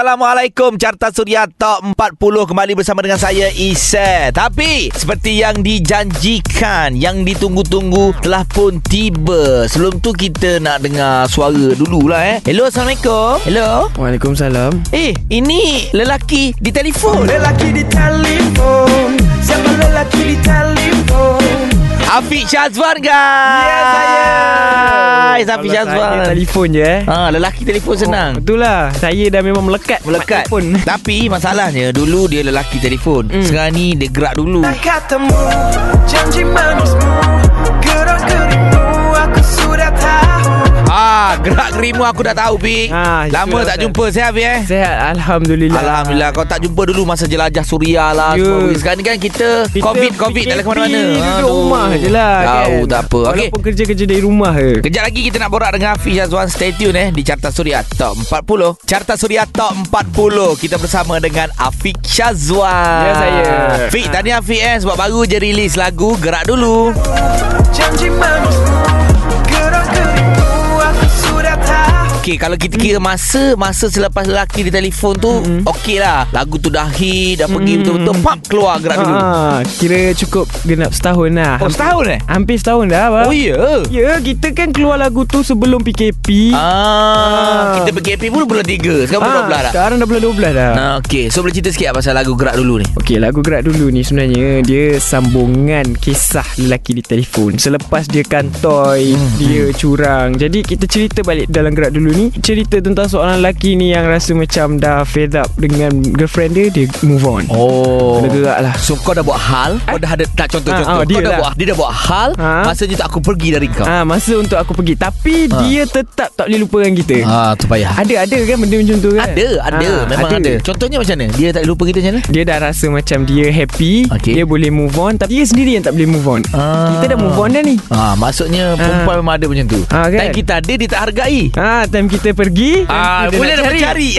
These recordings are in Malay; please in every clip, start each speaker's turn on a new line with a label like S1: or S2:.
S1: Assalamualaikum Carta Suria Top 40 kembali bersama dengan saya Isa. Tapi seperti yang dijanjikan, yang ditunggu-tunggu telah pun tiba. Sebelum tu kita nak dengar suara dululah eh. Hello Assalamualaikum. Hello.
S2: Waalaikumsalam
S1: Eh, ini lelaki di telefon.
S3: Lelaki di telefon Siapa lelaki di telefon
S1: Afiq Syazwan guys.
S3: Ya, saya.
S1: Guys, Afiq Syazwan.
S2: Telefon je eh
S1: Ha, lelaki telefon senang.
S2: Betul lah Saya dah memang Oh, melekat
S1: Melekat
S2: Telefon
S1: Tapi masalahnya Dulu dia lelaki telefon mm. Sekarang ni dia gerak dulu
S3: Tak katamu Janji manismu Gerak gerimu Aku sudah tahu
S1: Ah, gerak gerimu aku dah tahu, Pik.
S2: Ah,
S1: Lama
S2: itulah,
S1: tak
S2: Ustaz.
S1: jumpa saya, Pik eh.
S2: Sehat Alhamdulillah
S1: Alhamdulillah kau tak jumpa dulu masa jelajah suria lah
S2: Ya.
S1: semua. Sekarang ni kan kita,
S2: Kita
S1: COVID COVID tak ada ke mana-mana.
S2: PKP Duduk
S1: Aduh.
S2: rumah je lah kan
S1: Tahu tak apa. Okey.
S2: Walaupun kerja-kerja dari rumah ke
S1: Kejap lagi kita nak borak dengan Hafiz Azwan Stay tune eh Di Carta Suria Top 40 Carta Suria Top 40 Kita bersama dengan Afiq Syazwan
S2: Ya, saya.
S1: Afiq tadi Afiq eh Sebab baru je rilis lagu Gerak Dulu
S3: Janji manismu Gerak gerimu Aku sudah tahu
S1: Okay kalau kita kira
S2: Hmm.
S1: masa Masa selepas lelaki di telefon tu mm-hmm. Okay lah Lagu tu dah hit Dah pergi betul-betul Pap keluar gerak dulu
S2: Hmm. ha, Kira cukup genap setahun lah
S1: Oh setahun eh
S2: Hampir setahun dah abang
S1: Oh ya yeah.
S2: Ya kita kan keluar lagu tu sebelum PKP
S1: Ah, kita PKP pun bulan 3 Sekarang
S2: Ha.
S1: bulan 12 dah
S2: Sekarang dah bulan 12 dah
S1: Nah, okay Ah, So boleh cerita sikit lah Pasal lagu gerak dulu ni
S2: Okey, lagu gerak dulu ni sebenarnya dia sambungan kisah lelaki di telefon. Selepas dia kantoi, hmm. dia curang. Jadi kita cerita balik dalam gerak dulu ni, cerita tentang seorang lelaki ni yang rasa macam dah fed up dengan girlfriend dia, dia move on.
S1: Oh
S2: Kena gerak lah.
S1: So kau dah buat hal Kau dah ada Tak
S2: Ah,
S1: contoh-contoh
S2: ah,
S1: Kau
S2: dia
S1: dah
S2: lah.
S1: buat Dia dah buat hal
S2: Ah.
S1: Masanya tak aku pergi dari kau
S2: Ah, ha, masa untuk aku pergi. Tapi
S1: Ah.
S2: dia tetap tak boleh lupakan kita.
S1: Ah, tu payah
S2: Ada ada kan benda macam tu kan?
S1: Ada Ada
S2: Ah,
S1: Memang ada. Contohnya macam mana Dia tak boleh lupa kita macam mana
S2: Dia dah rasa macam dia happy,
S1: Okey.
S2: dia boleh move on, tapi dia sendiri yang tak boleh move on.
S1: Ah.
S2: Kita dah move on dah ni.
S1: Ah, maksudnya perempuan memang ada macam tu.
S2: Ah, kan?
S1: Time kita ada dia tak hargai.
S2: Ah, time kita pergi, time
S1: Ah,
S2: kita
S1: boleh
S2: nak
S1: dah mencari.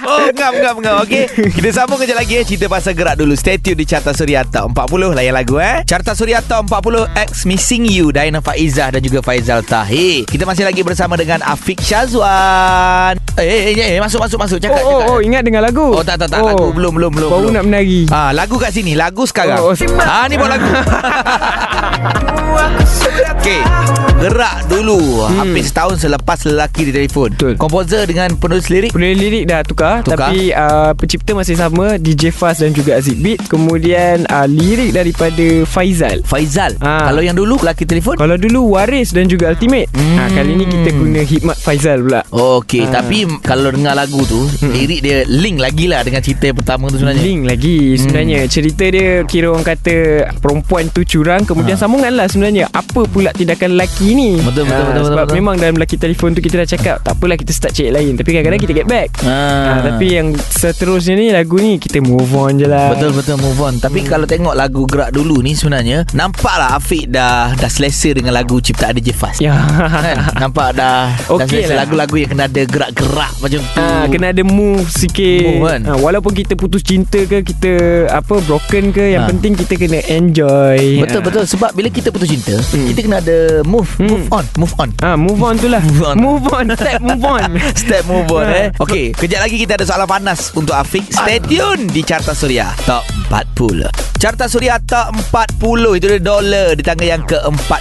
S1: Oh, ngam, ngam, ngam. Okey, kita sambung kejap lagi eh. Cerita pasal gerak dulu. Stay tune di Carta Suria Top 40. Layan lagu eh. Carta Suria Top 40 X Missing You. Diana Faizah dan juga Faizal Tahir. Kita masih lagi bersama dengan Afiq Syazwan. Eh, eh, eh, eh masuk, masuk, masuk. Cakap,
S2: oh, oh,
S1: cakap.
S2: oh, ingat dengan lagu.
S1: Oh, tak, tak, tak. Lagu belum, belum, belum,
S2: Baru
S1: belum.
S2: nak menari.
S1: Ah, lagu kat sini. Lagu sekarang.
S2: Oh, oh.
S1: ah, ni buat lagu.
S3: Aku sudah
S1: Okey,
S3: tahu
S1: gerak dulu. Hmm. Hampir setahun selepas lelaki di telefon.
S2: Betul.
S1: Komposer dengan penulis lirik.
S2: Penulis lirik dah tukar,
S1: Tukar.
S2: Tapi uh, pencipta masih sama DJ Faz dan juga Aziz Beat Kemudian uh, lirik daripada Faizal
S1: Faizal.
S2: Ah.
S1: Kalau yang dulu lelaki telefon.
S2: Kalau dulu Waris dan juga Ultimate hmm. ha, Kali ni kita guna hikmat Faizal pula
S1: Okey,
S2: Ah. Hmm.
S1: tapi kalau dengar lagu tu, lirik dia link lagi lah dengan cerita yang pertama tu sebenarnya. Hmm.
S2: Link lagi sebenarnya Cerita dia kira orang kata Perempuan tu curang Kemudian sambungan lah sebenarnya Apa pula tindakan lelaki ni
S1: Ha. Betul, betul, betul,
S2: Ah,
S1: betul,
S2: Sebab
S1: betul.
S2: memang dalam lelaki telefon tu kita dah cakap Tak apalah kita start cek lain Tapi kadang-kadang kita get back
S1: Ah.
S2: Ha, tapi yang seterusnya ni lagu ni kita move on je lah.
S1: Betul betul move on
S2: Hmm.
S1: Tapi kalau tengok lagu Gerak Dulu ni sebenarnya Nampaklah Afiq dah Dah selesa dengan lagu Ciptaan DJ Fast
S2: Ya.
S1: kan? Nampak dah Dah
S2: Okey
S1: selesa
S2: lah.
S1: lagu-lagu yang kena ada gerak-gerak macam tu
S2: Ha, kena ada move sikit
S1: Move kan?
S2: ha, Walaupun kita putus cinta ke Kita apa broken ke Yang
S1: Ha.
S2: penting kita kena enjoy
S1: Betul
S2: Ha.
S1: betul sebab bila kita putus cinta
S2: Hmm.
S1: kita kena ada move move on move on
S2: ha, Move on tu lah
S1: Move on.
S2: Move on Step move on
S1: Step move on eh
S2: Ha.
S1: Okay Kejap lagi kita ada soalan panas Untuk Afiq Stay tune di Carta Suria Top 40 Carta Suria Top 40 Itu dia dolar Di tangga yang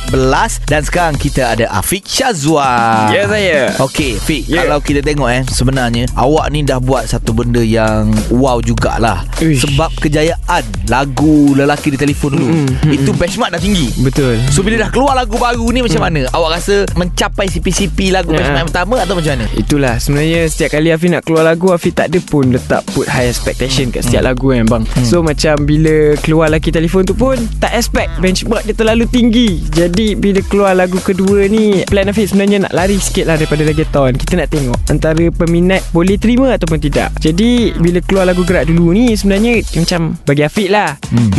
S1: ke-14 Dan sekarang kita ada Afiq Syazwan
S2: Ya, saya.
S1: Okay Fiq yeah.
S2: Ya.
S1: Kalau kita tengok eh Sebenarnya Awak ni dah buat satu benda yang Wow jugalah
S2: Uish.
S1: Sebab kejayaan Lagu lelaki di telefon dulu Itu benchmark dah tinggi
S2: Betul
S1: So bila dah keluar lagu baru ni macam mana? Awak rasa mencapai CP-CP lagu
S2: Ya.
S1: benchmark pertama atau macam mana?
S2: Itulah sebenarnya setiap kali Afi nak keluar lagu Afi tak ada pun letak put high expectation
S4: Hmm.
S2: kat setiap lagu kan bang So macam bila keluar lagi telefon tu pun tak expect benchmark dia terlalu tinggi Jadi bila keluar lagu kedua ni Plan Afi sebenarnya nak lari sikit lah daripada reggaeton Kita nak tengok antara peminat boleh terima ataupun tidak Jadi bila keluar lagu gerak dulu ni sebenarnya macam bagi Afi
S4: Hmm.
S2: lah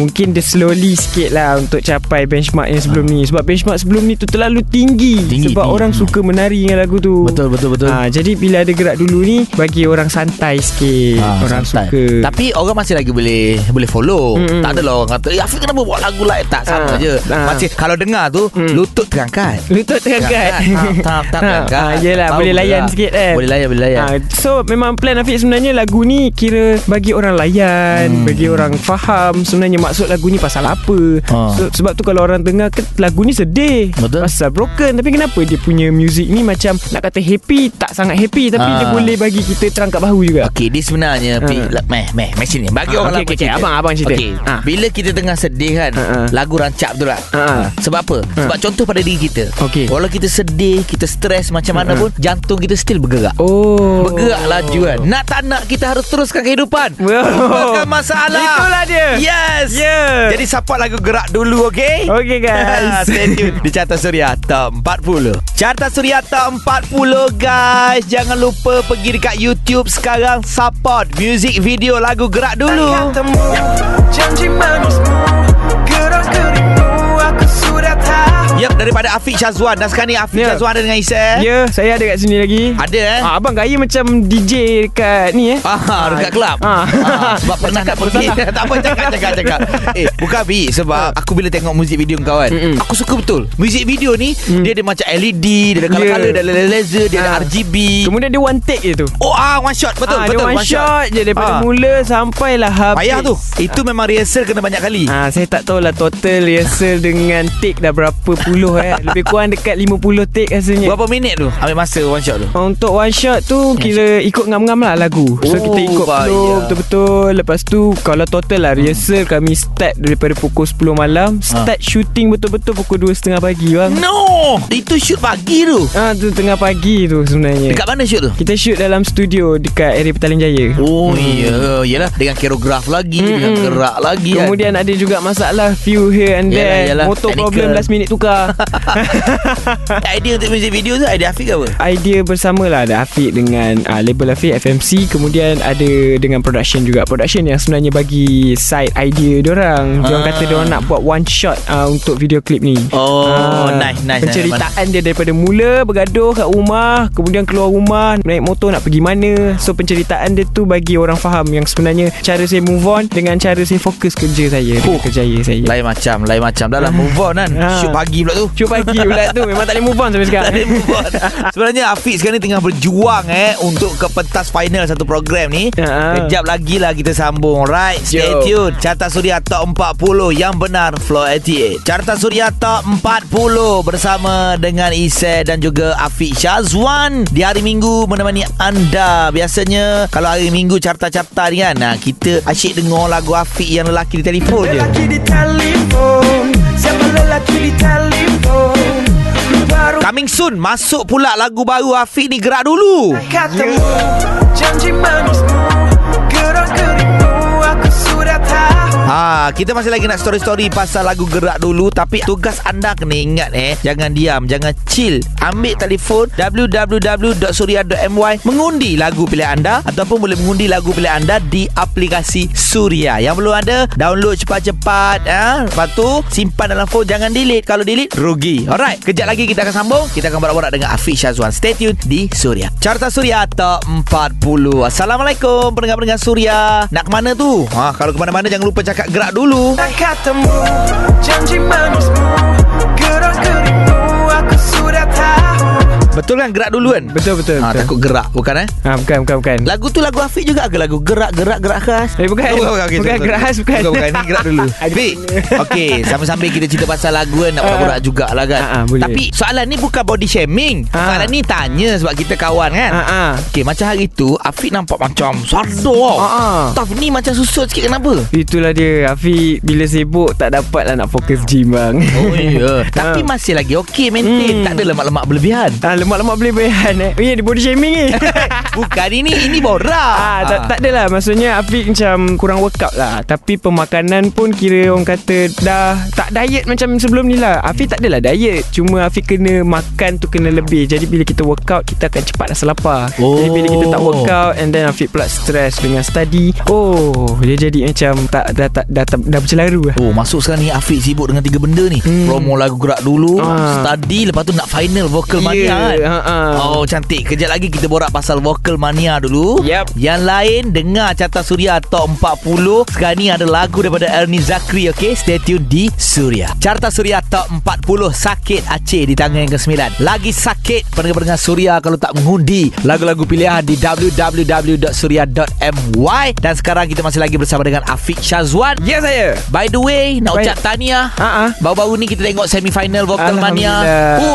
S2: Mungkin dia slowly sikit lah untuk capai benchmark yang sebelum ni Sebab benchmark sebelum ni tu terlalu terlalu tinggi,
S4: Ah. Tinggi,
S2: sebab
S4: tinggi.
S2: orang
S4: Hmm.
S2: suka menari dengan lagu tu.
S4: Betul betul betul.
S2: Ha, jadi bila ada gerak dulu ni bagi orang santai sikit.
S4: Ah,
S2: orang
S4: santai.
S2: suka.
S1: Tapi orang masih lagi boleh Boleh follow
S2: Mm-mm.
S1: Tak adalah orang kata Eh Afiq kenapa buat lagu lain Tak sama
S2: Ah,
S1: je
S2: ah.
S1: Masih kalau dengar tu
S2: Mm.
S1: Lutut terangkat
S2: lutut terangkat.
S1: Tak tak terangkat
S2: Ha, kan? yelah
S1: Tahu
S2: boleh
S1: pula.
S2: layan sikit kan.
S1: Boleh layan boleh layan
S2: Ha, so memang plan Afiq sebenarnya lagu ni kira bagi orang layan, hmm. bagi orang faham sebenarnya maksud lagu ni pasal apa.
S4: Ha.
S2: So, sebab tu kalau orang dengar ke, lagu ni sedih.
S4: Betul.
S2: Pasal broken tapi kenapa dia punya music ni macam nak kata happy tak sangat happy tapi
S4: Ha.
S2: dia boleh bagi kita terangkat bahu juga.
S1: Okey, dia sebenarnya
S2: Ha.
S1: uh. la, meh meh meh sini. Bagi
S2: Ah,
S1: orang
S2: okey,
S1: lama
S2: okey, okey. Abang, abang cerita.
S1: Okey.
S2: Ah.
S1: Bila kita tengah sedih kan,
S2: Ah, ah.
S1: lagu rancak tu lah.
S2: Ah, ah.
S1: Sebab apa? Sebab contoh pada diri kita.
S2: Okey. Ah,
S1: Walau kita sedih, kita stres macam mana pun, jantung kita still bergerak.
S2: Oh.
S1: Bergerak laju kan. Nak tak nak kita harus teruskan kehidupan.
S2: Wow.
S1: Bukan masalah.
S2: Itulah dia.
S1: Yes.
S2: Yeah.
S1: Jadi support lagu gerak dulu, okey?
S2: Okay Ya. guys.
S1: Stay tune Oh, Di Carta Suria Top 40 Carta Suria Top 40 guys Jangan lupa pergi dekat YouTube Sekarang support Music video lagu gerak dulu
S3: Temu janji manismu Gerak gerimu aku sudah tahu
S1: Yap daripada Afiq Syazwan Dan sekarang ni Afiq
S2: Ya.
S1: yeah. Syazwan ada dengan Isel
S2: Ya, saya ada kat sini lagi.
S1: eh. Ada eh
S2: Ah, abang gaya macam DJ dekat ni eh.
S1: Ah, dekat kelab
S2: Ah.
S1: ah. Sebab pernah nak pergi Tak apa cakap Ah. cakap cakap Eh bukan Bi Sebab aku bila tengok muzik video kau kan
S2: Mm-mm.
S1: Aku suka betul Muzik video ni Dia ada macam LED Dia ada
S2: Yeah.
S1: color-color Dia ada laser Dia ada
S2: Ah.
S1: RGB
S2: Kemudian dia one take je tu.
S1: Oh ah one shot Betul
S2: ah,
S1: betul
S2: dia one, shot, je daripada
S1: Ah.
S2: mula sampailah habis.
S1: Payah tu Itu memang rehearsal kena banyak kali
S2: Ah, saya tak tahulah total rehearsal dengan take dah berapa puluh eh. Lebih kurang dekat 50 take rasanya.
S1: Berapa minit tu Ambil masa one shot tu
S2: Ah, Untuk one shot tu Kira ikut ngam-ngam lah lagu So
S1: Oh,
S2: kita ikut
S1: bahaya.
S2: flow Betul-betul Lepas tu Kalau total lah Rehearsal kami start Daripada pukul 10 malam
S1: Ah.
S2: Start shooting betul-betul Pukul 2.30 pagi bang
S1: No Itu shoot pagi tu
S2: Ah tu tengah pagi tu sebenarnya
S1: Hmm. Dekat mana shoot tu
S2: Kita shoot dalam studio Dekat area Petaling Jaya
S1: Oh iya Yelah Dengan koreograf lagi
S2: Mm-mm.
S1: Dengan gerak lagi kan.
S2: Hmm, Kemudian ada juga masalah Few here and
S1: Yalah,
S2: there
S1: yalah.
S2: Motor
S1: Technical.
S2: problem last minute tukar
S1: Idea untuk music video tu Idea Afiq ke apa
S2: Idea bersamalah Ada Afiq dengan uh, Label Afiq FMC Kemudian ada Dengan production juga Production yang sebenarnya Bagi side idea diorang Diorang
S1: Ah.
S2: kata diorang nak buat one shot uh, Untuk video klip ni
S1: Oh,
S2: Ah,
S1: nice, nice,
S2: Penceritaan dia daripada mula Bergaduh kat rumah Kemudian keluar rumah Naik motor nak pergi mana So penceritaan dia tu Bagi orang faham Yang sebenarnya Cara saya move on Dengan cara saya fokus kerja saya
S1: Oh.
S2: oh. Kerjaya saya
S1: Lain macam Lain macam Dah lah move on kan
S2: Ah.
S1: Shoot pagi pula tu
S2: Cuba pagi pula tu Memang tak boleh move on sampai sekarang
S1: Tak boleh move on. Sebenarnya Afiq sekarang ni tengah berjuang eh Untuk ke pentas final satu program ni
S2: Ha.
S1: Kejap lagi lah kita sambung Right stay
S2: Yo.
S1: tune Carta Suria Top 40 Yang benar Floor 88 Carta Suria Top 40 Bersama dengan Isai dan juga Afiq Syazwan Di hari minggu menemani anda Biasanya kalau hari minggu carta-carta ni kan nah, Kita asyik dengar lagu Afiq yang lelaki di telefon je
S3: Lelaki di telefon Siapa lelaki di telefon Baru
S1: Coming soon Masuk pula lagu baru Afiq ni gerak dulu
S3: Katamu Janji manismu Gerak gerimu Aku sudah tahu
S1: Ha, kita masih lagi nak story-story pasal lagu gerak dulu tapi tugas anda kena ingat eh jangan diam jangan chill ambil telefon www.suria.my mengundi lagu pilihan anda ataupun boleh mengundi lagu pilihan anda di aplikasi Suria yang belum ada download cepat-cepat ha? lepas tu simpan dalam phone jangan delete kalau delete rugi alright kejap lagi kita akan sambung kita akan borak-borak dengan Afiq Syazwan stay tune di Suria Carta Suria Top 40 Assalamualaikum pendengar-pendengar Suria nak ke mana tu ha, kalau ke mana-mana jangan lupa cakap gerak dulu
S3: Nak katamu Janji manismu Gerak gerimu Aku sudah tahu
S1: Betul kan gerak dulu kan?
S2: Betul-betul
S1: Ha,
S2: betul.
S1: takut gerak bukan eh?
S2: Ah, bukan, bukan, bukan
S1: Lagu tu lagu Afiq juga ke lagu gerak gerak gerak khas?
S2: Eh, bukan.
S1: okey,
S2: Bukan,
S1: sorry,
S2: gerak
S1: sorry.
S2: khas, bukan.
S1: Bukan bukan ni gerak dulu. Afiq. Okey, sambil-sambil kita cerita pasal lagu kan nak borak-borak jugalah kan.
S2: Ah, ah, boleh.
S1: Tapi soalan ni bukan body shaming.
S2: Ah.
S1: Soalan ni tanya sebab kita kawan kan.
S2: Ah, ah.
S1: Okey, macam hari tu Afiq nampak macam sardo tau.
S2: Ah, ah.
S1: Taf ni macam susut sikit kenapa?
S2: Itulah dia Afiq bila sibuk tak dapat lah nak fokus gym bang
S1: Oh ya Oh, Tapi masih lagi okey maintain
S2: Hmm.
S1: Tak ada lemak-lemak berlebihan
S2: Ah, Lemak-lemak boleh berehan eh Oh ya yeah, dia body shaming ni
S1: Bukan ini Ini borak
S2: Ah, tak, tak adalah Maksudnya Afiq macam Kurang workout lah Tapi pemakanan pun Kira orang kata Dah Tak diet macam sebelum ni lah Afiq tak adalah diet Cuma Afiq kena Makan tu kena lebih Jadi bila kita workout Kita akan cepat rasa lapar
S1: Oh.
S2: Jadi bila kita tak workout And then Afiq pula stress Dengan study Oh Dia jadi macam tak Dah, tak, dah, dah, dah bercelaru lah
S1: Oh masuk sekarang ni Afiq sibuk dengan tiga benda ni hmm.
S2: Hmm.
S1: Promo lagu gerak dulu
S2: Ah.
S1: Study Lepas tu nak final Vocal mania kan
S2: Ya, ha, ha.
S1: Oh cantik Kejap lagi kita borak pasal Vocal mania dulu
S2: Yap.
S1: Yang lain Dengar Carta Suria Top 40 Sekarang ni ada lagu daripada Ernie Zakri Okay stay tune di Suria Carta Suria Top 40 Sakit Aceh di tangan yang ke-9 Lagi sakit Pendengar-pendengar Suria Kalau tak mengundi Lagu-lagu pilihan di www.suria.my Dan sekarang kita masih lagi bersama dengan Afiq Syazwan
S2: Ya saya
S1: By the way Nak
S2: By-
S1: ucap tahniah
S2: Ha ah.
S1: Baru-baru ni kita tengok semifinal Vocal Mania
S2: Alhamdulillah.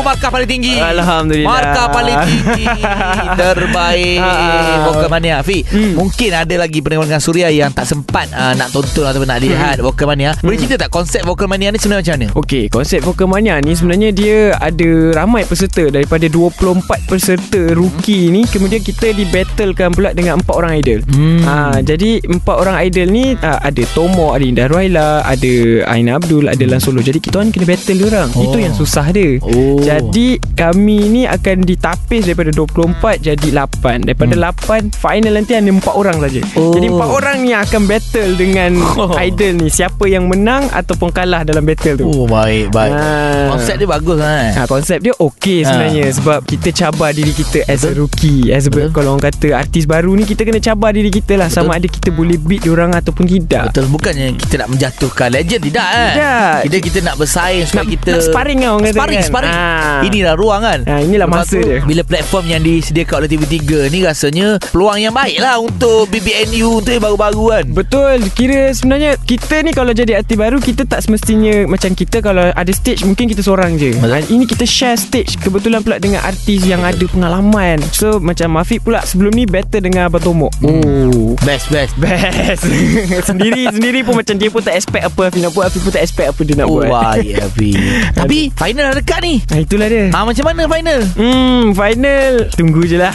S1: Oh markah paling tinggi
S2: Alhamdulillah.
S1: Markah paling tinggi Terbaik
S2: Ah.
S1: Vocal Mania Fi
S2: Hmm.
S1: Mungkin ada lagi pendengar Suria Yang tak sempat uh, Nak tonton atau nak lihat
S2: Hmm.
S1: Vocal Mania Boleh cerita tak Konsep Vocal Mania ni sebenarnya macam mana
S2: Okey, konsep Vocal Mania ni sebenarnya dia ada ramai peserta daripada 24 peserta rookie ni kemudian kita dibattlekan pula dengan empat orang idol.
S1: Hmm.
S2: Ha, jadi empat orang idol ni ha, ada Tomo, ada Indah Ruaila, ada Aina Abdul, ada Lan Solo. Jadi kita orang kena battle dia orang.
S1: Oh.
S2: Itu yang susah dia.
S1: Oh.
S2: Jadi kami ni akan ditapis daripada 24 jadi 8. Daripada hmm. 8 final nanti ada empat orang saja.
S1: Oh.
S2: Jadi empat orang ni akan battle dengan idol ni siapa yang menang ataupun kalah dalam battle tu.
S1: Oh baik baik
S2: Ah.
S1: Konsep dia bagus kan
S2: Ha, konsep dia okey
S1: Ha.
S2: sebenarnya ha. sebab kita cabar diri kita as a rookie as a,
S1: Betul.
S2: kalau orang kata artis baru ni kita kena cabar diri kita lah sama ada kita boleh beat orang ataupun tidak.
S1: Betul bukannya kita nak menjatuhkan legend tidak kan
S2: Tidak.
S1: Kita kita nak bersaing supaya
S2: Nak-
S1: kita
S2: nak sparring lah orang kata
S1: Sparring
S2: kan.
S1: sparring
S2: Ah.
S1: Inilah ruang kan
S2: Ah, inilah masa
S1: tu,
S2: dia.
S1: Bila platform yang disediakan oleh TV3 ni rasanya peluang yang baik lah untuk BBNU untuk yang baru-baru kan
S2: Betul Kira sebenarnya Kita ni kalau jadi artis baru Kita tak semestinya Macam kita kalau ada stage Mungkin kita seorang je
S1: Betul.
S2: Ah, Ini kita share stage Kebetulan pula dengan artis Yang ada pengalaman So macam Afiq pula Sebelum ni battle dengan Abang Tomok Oh
S1: Best best
S2: Best Sendiri Sendiri pun macam Dia pun tak expect apa Afi nak buat Afi pun tak expect apa dia nak
S1: Oh
S2: buat
S1: baik Abi Tapi final dah dekat ni
S2: nah, Itulah dia
S1: Ha macam mana final?
S2: Hmm Final Tunggu je lah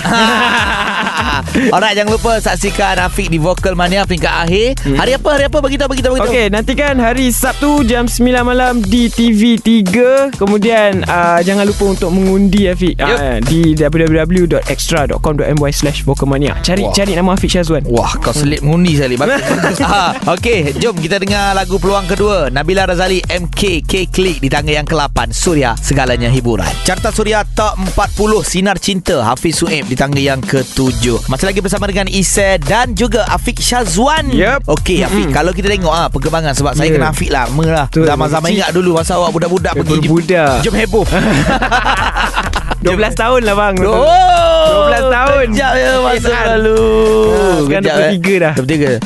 S1: Ha. Alright jangan lupa saksikan Afiq di Vocal Mania peringkat akhir. Hari apa? Hari apa bagi tahu bagi tahu bagi tahu.
S2: Hmm. Okey, nantikan hari Sabtu jam 9 malam di TV3. Kemudian uh, jangan lupa untuk mengundi Afiq yep. uh, di www.extra.com.my/vocalmania. Cari
S1: Wah.
S2: cari nama Afiq Syazwan.
S1: Wah kau selit mengundi sekali Bagus, bagus. ha, Okay jom kita dengar lagu peluang kedua Nabila Razali MK K Click Di tangga yang ke-8 Suria segalanya hiburan Carta Suria Top 40 Sinar Cinta Hafiz Suib Di tangga yang ke-7 Masih lagi bersama dengan Isa Dan juga Afiq Syazwan
S2: Yep.
S1: Okay Afiq mm-hmm. Kalau kita tengok ah perkembangan Sebab saya
S2: Yeah.
S1: kena Afiq lah me lah
S2: Betul,
S1: Zaman-zaman
S2: makcik.
S1: ingat dulu Masa awak budak-budak
S2: Eh,
S1: pergi
S2: budak-budak.
S1: Jom heboh
S2: 12 tahun lah bang.
S1: Oh,
S2: 12 tahun.
S1: Kejap ya masa
S2: Edan.
S1: lalu.
S2: Ah, sekarang
S1: Kejap, eh.
S2: 23 dah.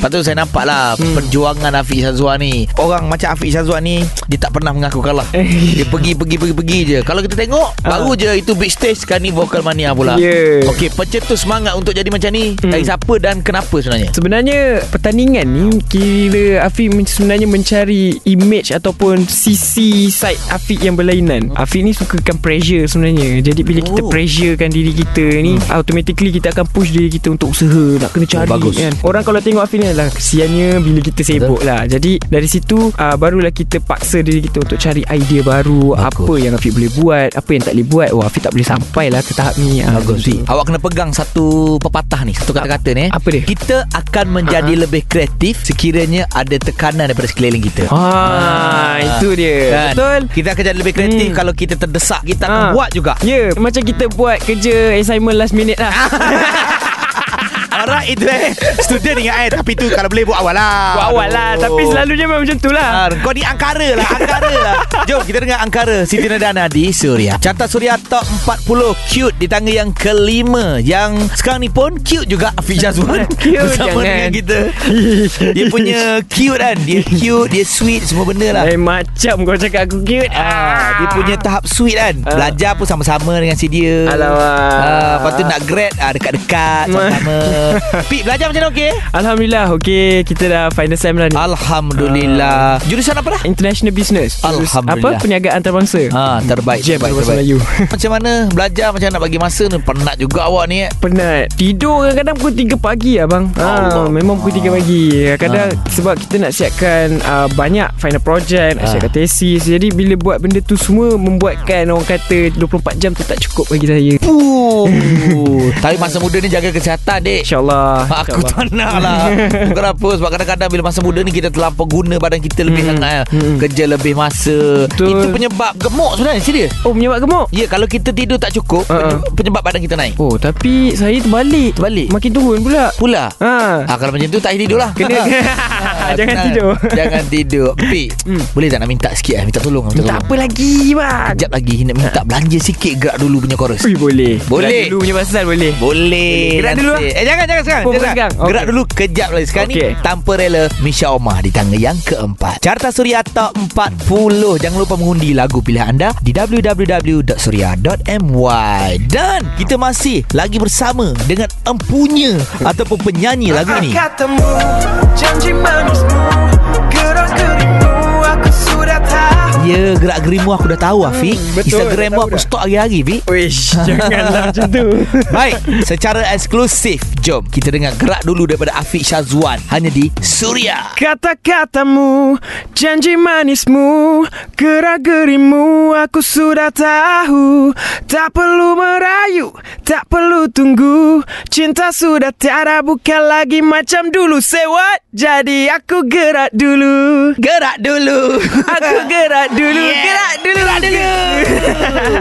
S1: 23. Lepas tu saya nampak lah hmm. perjuangan Afiq Syazwan ni. Orang macam Afiq Syazwan ni dia tak pernah mengaku kalah.
S2: Eh.
S1: dia pergi pergi pergi pergi je. Kalau kita tengok baru je itu big stage sekarang ni Vocal Mania
S2: Ya.
S1: pula.
S2: Yeah.
S1: Okey, pencetus semangat untuk jadi macam ni dari siapa dan kenapa sebenarnya?
S2: Sebenarnya pertandingan ni kira Afiq men- sebenarnya mencari image ataupun sisi side Afiq yang berlainan. Afiq ni sukakan pressure sebenarnya. Jadi bila kita
S1: Oh. Hmm.
S2: pressurekan diri kita ni automatically kita akan push diri kita untuk usaha, nak kena cari
S1: Oh, bagus.
S2: kan. Orang kalau tengok Afiq ni lah kesiannya bila kita sibuk lah. Jadi dari situ uh, barulah kita paksa diri kita untuk cari idea baru,
S1: Bagus.
S2: apa yang Afiq boleh buat, apa yang tak boleh buat. Wah, Afiq tak boleh sampai lah ke tahap ni. Ah,
S1: Bagus
S2: macam tu.
S1: Awak kena pegang satu pepatah ni Satu kata-kata ni eh.
S2: Apa dia?
S1: Kita akan menjadi lebih kreatif Sekiranya ada tekanan daripada sekeliling kita
S2: Ah, itu dia.
S1: Kan?
S2: Betul.
S1: Kita akan jadi lebih kreatif
S2: Hmm.
S1: Kalau kita terdesak Kita akan
S2: Ah.
S1: buat juga
S2: Ya, yeah, macam kita buat kerja assignment last minute lah.
S1: Alright itu eh Student ingat eh Tapi tu kalau boleh buat awal lah
S2: Buat awal lah,
S1: Aduh.
S2: tapi selalunya memang macam tu lah.
S1: Ah, Kau ni angkara lah Angkara lah Jom kita dengar angkara Siti Nurdana di Suria Carta Suria Top 40 Cute di tangga yang kelima Yang sekarang ni pun Cute juga Afiq Jazwan
S2: Cute
S1: Bersama
S2: jangan.
S1: dengan kita Dia punya cute kan Dia cute Dia sweet Semua benda lah
S2: Eh, macam kau cakap aku cute.
S1: Ah, dia punya tahap sweet kan
S2: Ah.
S1: Belajar pun sama-sama dengan si dia
S2: Alamak.
S1: ah, Lepas tu nak grad ah, Dekat-dekat Sama-sama Pip belajar macam mana okey?
S2: Alhamdulillah Okay Kita dah final SEM lah ni
S1: Ah. Alhamdulillah.
S2: Ah.
S1: Jurusan apa dah?
S2: International Business Terus
S1: Alhamdulillah.
S2: Apa Perniagaan antarabangsa
S1: Ha, terbaik,
S2: Jam
S1: terbaik,
S2: berbahasa
S1: terbaik.
S2: Melayu
S1: Macam mana belajar macam nak bagi masa ni penat juga awak ni. eh.
S2: Penat Tidur kadang-kadang pukul 3 pagi abang
S1: Allah. Ah.
S2: ha, Memang pukul 3 pagi Kadang sebab kita nak siapkan uh, Banyak final project Nak
S1: Ah.
S2: siapkan tesis Jadi bila buat benda tu semua Membuatkan orang kata 24 jam tu tak cukup bagi saya
S1: Puh. Tapi masa muda ni jaga kesihatan, Dek.
S2: InsyaAllah
S1: Aku
S2: InsyaAllah.
S1: tak nak lah Bukan apa Sebab kadang-kadang Bila masa muda ni Kita terlampau guna Badan kita lebih
S2: Hmm.
S1: sangat eh.
S2: Hmm.
S1: Kerja lebih masa
S2: Betul.
S1: Itu penyebab gemuk sebenarnya Serius
S2: Oh menyebab gemuk
S1: Ya kalau kita tidur tak cukup
S2: Ha, ha.
S1: penye- Penyebab badan kita naik
S2: Oh tapi saya terbalik
S1: Terbalik?
S2: Makin turun pula
S1: Pula
S2: Ha
S1: ha, Kalau macam tu tak payah tidur lah
S2: Kena
S1: Ah,
S2: Jangan
S1: tenang.
S2: tidur
S1: Jangan tidur Pik
S2: Hmm.
S1: Boleh tak nak minta sikit eh? Minta tolong Minta
S2: Tak
S1: tolong
S2: apa lagi bang
S1: Sekejap lagi Nak minta belanja sikit Gerak dulu punya chorus
S2: Ui boleh
S1: Boleh.
S2: Gerak Dulu punya pasal boleh
S1: Boleh
S2: Gerak dulu
S1: Nasib. Eh jangan jangan sekarang jangan.
S2: Oh, bukan
S1: sekarang.
S2: sekarang. Okey.
S1: Gerak dulu Kejap lagi Sekarang
S2: Okey.
S1: ni Tanpa rela Misha Omar Di tangga yang keempat Carta Suria Top 40 Jangan lupa mengundi lagu pilihan anda Di www.suria.my Dan kita masih Lagi bersama Dengan empunya Ataupun penyanyi lagu ni
S3: Katamu janji manismu gerak gerimu aku sudah tahu.
S1: Ya gerak gerimu aku dah tahu Afiq
S2: Hmm, betul,
S1: Instagram
S2: dah
S1: mu
S2: tahu
S1: aku
S2: dah.
S1: stok hari-hari Afiq
S2: Wish Janganlah macam tu
S1: Baik Secara eksklusif Jom kita dengar gerak dulu Daripada Afiq Syazwan Hanya di Suria
S2: Kata-katamu Janji manismu Gerak-gerimu Aku sudah tahu Tak perlu merayu Tak perlu tunggu Cinta sudah tiada Bukan lagi macam dulu Say what? Jadi aku gerak dulu
S1: Gerak dulu
S2: Aku gerak dulu
S1: Yeah.
S2: Gerak dulu Gerak dulu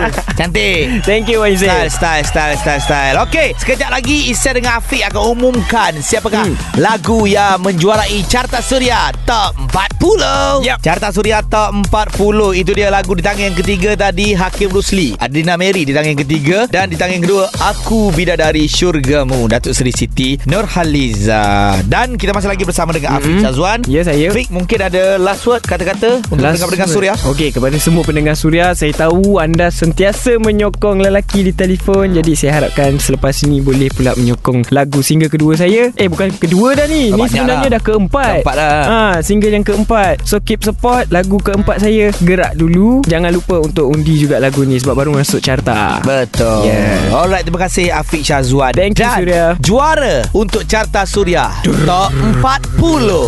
S1: Cantik
S2: Thank you Wan
S1: Style, style, style, style, style Okey, sekejap lagi Isa dengan Afiq akan umumkan Siapakah hmm. lagu yang menjuarai Carta Suria Top 40
S2: Yap.
S1: Carta Suria Top 40 Itu dia lagu di tangan yang ketiga tadi Hakim Rusli Adina Mary di tangan yang ketiga Dan di tangan yang kedua Aku Bidadari Syurgamu Datuk Seri Siti Nurhaliza Dan kita masih lagi bersama dengan Afiq
S2: Mm-mm.
S1: Syazwan
S2: Ya saya
S1: Afiq, mungkin ada last word kata-kata Untuk pendengar-pendengar Suria
S2: Okey, kepada semua pendengar Suria, saya tahu anda sentiasa menyokong lelaki di telefon. Jadi saya harapkan selepas ini boleh pula menyokong lagu single kedua saya. Eh, bukan kedua dah ni.
S1: Dah
S2: Ni
S1: banyak
S2: sebenarnya
S1: dah.
S2: dah keempat.
S1: Keempat dah.
S2: Ha, single yang keempat. So keep support lagu keempat saya Gerak Dulu. Jangan lupa untuk undi juga lagu ni sebab baru masuk carta.
S1: Betul
S2: Yeah.
S1: Alright Terima kasih Afiq Syazwan
S2: Thank you,
S1: Dan
S2: Suria.
S1: juara Untuk Carta Suria Top 40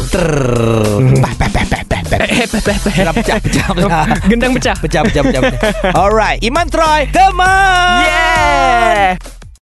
S1: Trrrr. Pah, pah, pah, pah, pah, pah. Pecah pecah pecah pecah.
S2: Gendang pecah.
S1: Pecah pecah pecah pecah. Alright Iman Troy Teman
S2: Yeah!